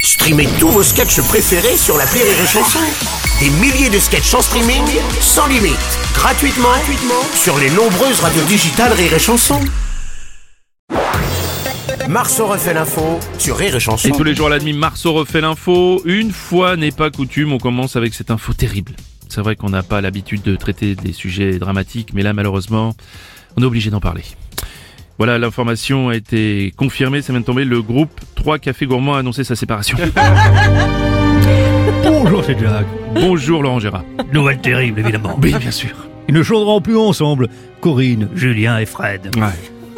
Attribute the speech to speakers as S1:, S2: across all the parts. S1: Streamez tous vos sketchs préférés sur la Rire et Chanson. Des milliers de sketchs en streaming, sans limite, gratuitement, gratuitement sur les nombreuses radios digitales Rire et Chanson. Marceau refait l'info sur Rire et Chanson.
S2: Et tous les jours à la demi, Marceau refait l'info. Une fois n'est pas coutume, on commence avec cette info terrible. C'est vrai qu'on n'a pas l'habitude de traiter des sujets dramatiques, mais là malheureusement, on est obligé d'en parler. Voilà, l'information a été confirmée, ça vient de tomber, le groupe 3 Cafés Gourmands a annoncé sa séparation.
S3: Bonjour, c'est Jack.
S2: Bonjour Laurent Gérard.
S3: Nouvelle terrible, évidemment.
S2: Oui, bien sûr.
S3: Ils ne chanteront plus ensemble. Corinne, Julien et Fred.
S2: Ouais.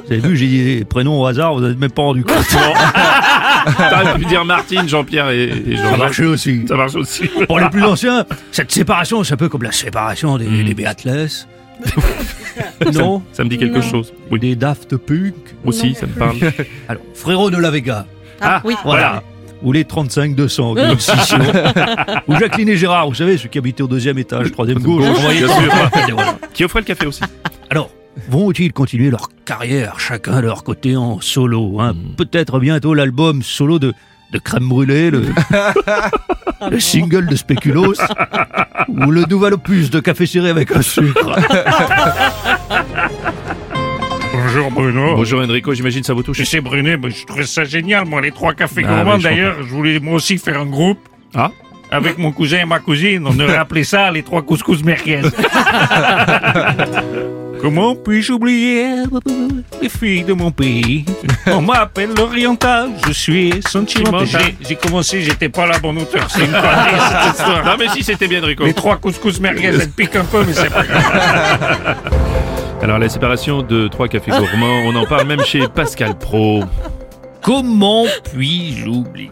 S3: Vous avez vu, j'ai dit des prénoms au hasard, vous n'êtes même pas rendu compte.
S2: T'aurais pu dire Martine, Jean-Pierre et, et
S3: Ça
S2: Jean-Jacques.
S3: marchait aussi.
S2: Ça marche Oh, aussi.
S3: Pour les plus anciens, cette séparation, c'est un peu comme la séparation des,
S2: Mm.
S3: des Beatles. non
S2: Ça me dit quelque chose. Oui,
S3: Des Daft Punk.
S2: aussi, ça me parle.
S3: Alors, Frérot de la Vega.
S2: Ah,
S4: oui.
S2: voilà.
S3: Ou les 35-200, comme Sissi. Ou Jacqueline et Gérard, vous savez, ceux qui habitaient au deuxième étage, troisième gauche.
S2: Bon, bien sûr.
S3: Et voilà.
S2: Qui offrait le café aussi.
S3: Alors, vont-ils continuer leur carrière chacun de leur côté en solo hein
S2: Hmm.
S3: Peut-être bientôt l'album solo de, de Crème Brûlée, le, le single de Spéculoos ou le nouvel opus de Café Serré avec un sucre.
S5: Bonjour Bruno.
S2: Bonjour Enrico, j'imagine ça vous touche.
S5: C'est Brunet, ben, je trouvais ça génial, moi, les trois cafés
S2: Ah,
S5: gourmands.
S2: oui, je
S5: D'ailleurs, je voulais moi aussi faire un groupe
S2: Ah
S5: avec mon cousin et ma cousine. On aurait appelé ça les trois couscous merguez. Comment puis-je oublier les filles de mon pays On m'appelle l'Oriental, je suis sentimental.
S2: Sentimental.
S5: J'ai- J'ai commencé, j'étais pas la bonne hauteur. C'est une connerie, cette histoire.
S2: Non mais si c'était bien Enrico.
S5: Les trois couscous merguez, elles piquent un peu, mais c'est pas grave.
S2: Alors la séparation de trois cafés gourmands, on en parle même chez Pascal Pro.
S3: Comment puis-je oublier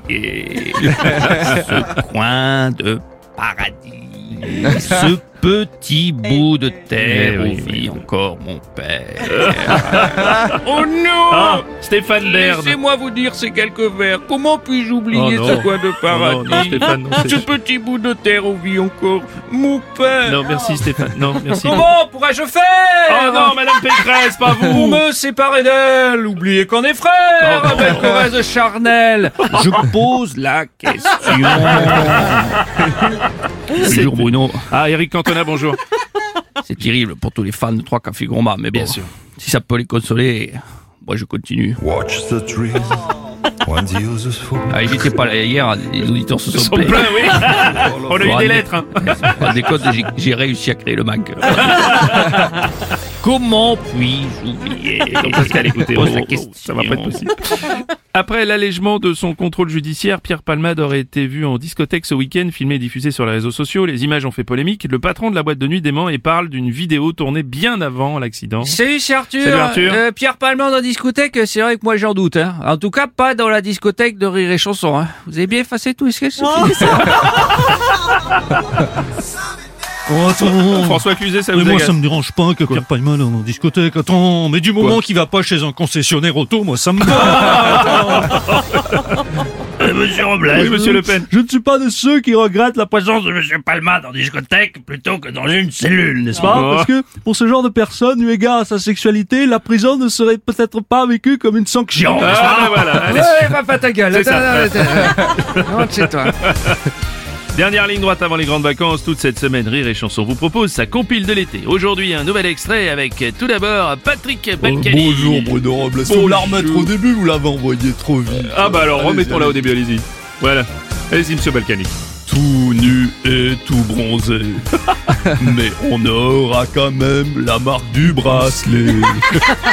S3: ce coin de paradis, ce petit bout de
S2: Eh
S3: terre
S2: oui,
S3: où
S2: oui, oui.
S3: vit encore mon père
S6: Oh non
S2: Ah, Stéphane Baird.
S6: Laissez-moi vous dire ces quelques vers. Comment puis-je
S2: Oh
S6: oublier
S2: non.
S6: ce coin de
S2: Non, non,
S6: paradis
S2: Stéphane, non,
S6: Ce
S2: c'est-
S6: petit bout de terre où vit encore mon père
S2: Non, merci Stéphane. Non, merci.
S6: Comment pourrais-je
S2: Oh
S6: faire
S2: non, Madame Pécresse, pas
S6: Pour
S2: vous
S6: me séparer d'elle, oublier qu'on est frères
S2: Oh non.
S6: avec le reste charnel. Je pose la question.
S3: Bonjour Bruno.
S2: Ah, Eric Cantona, bonjour.
S6: C'est terrible pour tous les fans de Trois Cafés Gourmands, mais bon,
S2: Bien sûr.
S6: si ça peut les consoler, moi je continue.
S7: Watch the dream. One uses for
S6: Ah, j'étais pas là hier, les auditeurs se sont,
S2: Ils sont pleins, oui. On a eu des lettres. hein.
S6: Pas des codes, j'ai- j'ai réussi à créer le Mac. Comment puis-je oublier
S2: Donc Pascal, écoutez,
S6: Pose la
S2: oh, oh,
S6: question.
S2: ça va pas être possible. Après l'allègement de son contrôle judiciaire, Pierre Palmade aurait été vu en discothèque ce week-end, filmé et diffusé sur les réseaux sociaux. Les images ont fait polémique. Le patron de la boîte de nuit dément et parle d'une vidéo tournée bien avant l'accident.
S6: Salut, c'est Arthur.
S2: Salut, Arthur.
S6: Euh, Pierre Palmand dans la discothèque, c'est vrai que moi j'en doute. hein. En tout cas, pas dans la discothèque de Rire et Chanson. hein. Vous avez bien effacé tous les sketchs
S2: Oh.
S6: Sophie
S3: Attends,
S2: François Cluzet, ça
S3: mais
S2: vous
S3: moi
S2: agace
S3: ça me dérange pas que Pierre Palman en discothèque. Attends, mais du moment qu'il va pas chez un concessionnaire auto, moi ça me va.
S5: Monsieur Robles.
S2: Eh Oui, monsieur Le Pen.
S3: Je ne suis pas de ceux qui regrettent la présence
S5: de Monsieur Palma dans discothèque plutôt que dans une cellule, n'est-ce
S2: Ah.
S3: pas, parce que pour ce genre de personne, eu égard à sa sexualité, la prison ne serait peut-être pas vécue comme une sanction.
S2: Ah, ben voilà. Allez.
S6: Ouais, va pas ta gueule.
S2: C'est
S6: Attends,
S2: ça.
S6: attends, attends. Rentre chez toi.
S2: Dernière ligne droite avant les grandes vacances, toute cette semaine, Rire et Chanson vous propose sa compile de l'été. Aujourd'hui, un nouvel extrait avec euh, tout d'abord Patrick Balkany.
S8: Oh, Bonjour Bruno Robles. Faut la remettre au début, vous l'avez envoyé trop vite.
S2: Ah bah alors,
S8: Allez-y,
S2: remettons-la au début, allez-y. Voilà. Allez-y, monsieur Balkany.
S8: Tout nu et tout bronzé. Mais on aura quand même la marque du bracelet.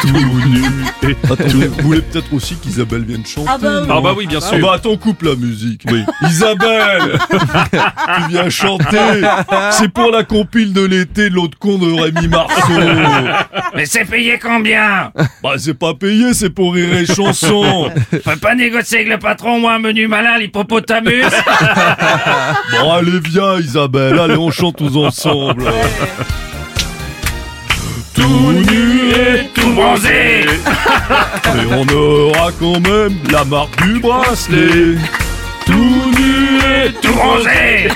S8: tout nu et Attendez, vous voulez peut-être aussi qu'Isabelle vienne chanter
S4: Ah bah oui.
S8: non
S2: Ah bah oui, bien
S8: Ah
S2: sûr.
S8: bah attends, coupe la musique. Isabelle Tu viens chanter C'est pour la compile de l'été de l'autre con de Rémi Marceau
S5: Mais c'est payé combien
S8: Bah c'est pas payé, c'est pour rire et chanson
S5: Faut pas négocier avec le patron, moi, un menu malin, l'hippopotamus
S8: Bon, allez, viens, Isabelle, allez, on chante tous ensemble. Tout nu et
S5: Tout bronzé
S8: Mais on aura quand même la marque du bracelet. Tout nu et
S5: Tout bronzé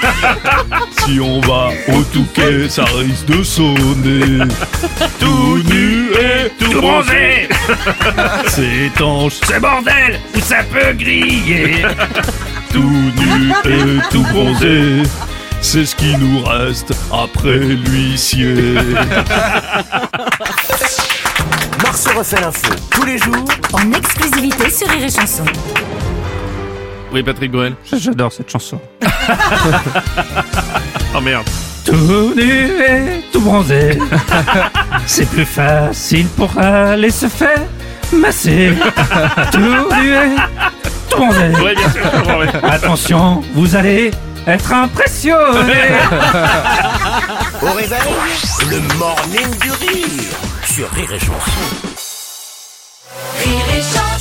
S8: Si on va au Touquet, ça risque de sonner. Tout nu et
S5: Tout bronzé
S8: C'est étanche.
S5: Ce bordel où ça peut griller
S8: tout nu et tout bronzé. C'est ce qui nous reste après l'huissier.
S1: Marceau refait l'info tous les jours
S4: En exclusivité sur Rire et Chanson.
S2: Oui, Patrick Bruel.
S6: J'adore cette chanson.
S2: Oh merde.
S6: Tout nu et tout bronzé. C'est plus facile pour aller se faire masser. Tout nu et tout bronzé.
S2: Ouais, bien sûr. je comprends, ouais.
S6: Attention, vous allez être impressionné.
S1: au réveil. Le morning du rire sur Rire et Chanson.
S4: Rire et Chanson.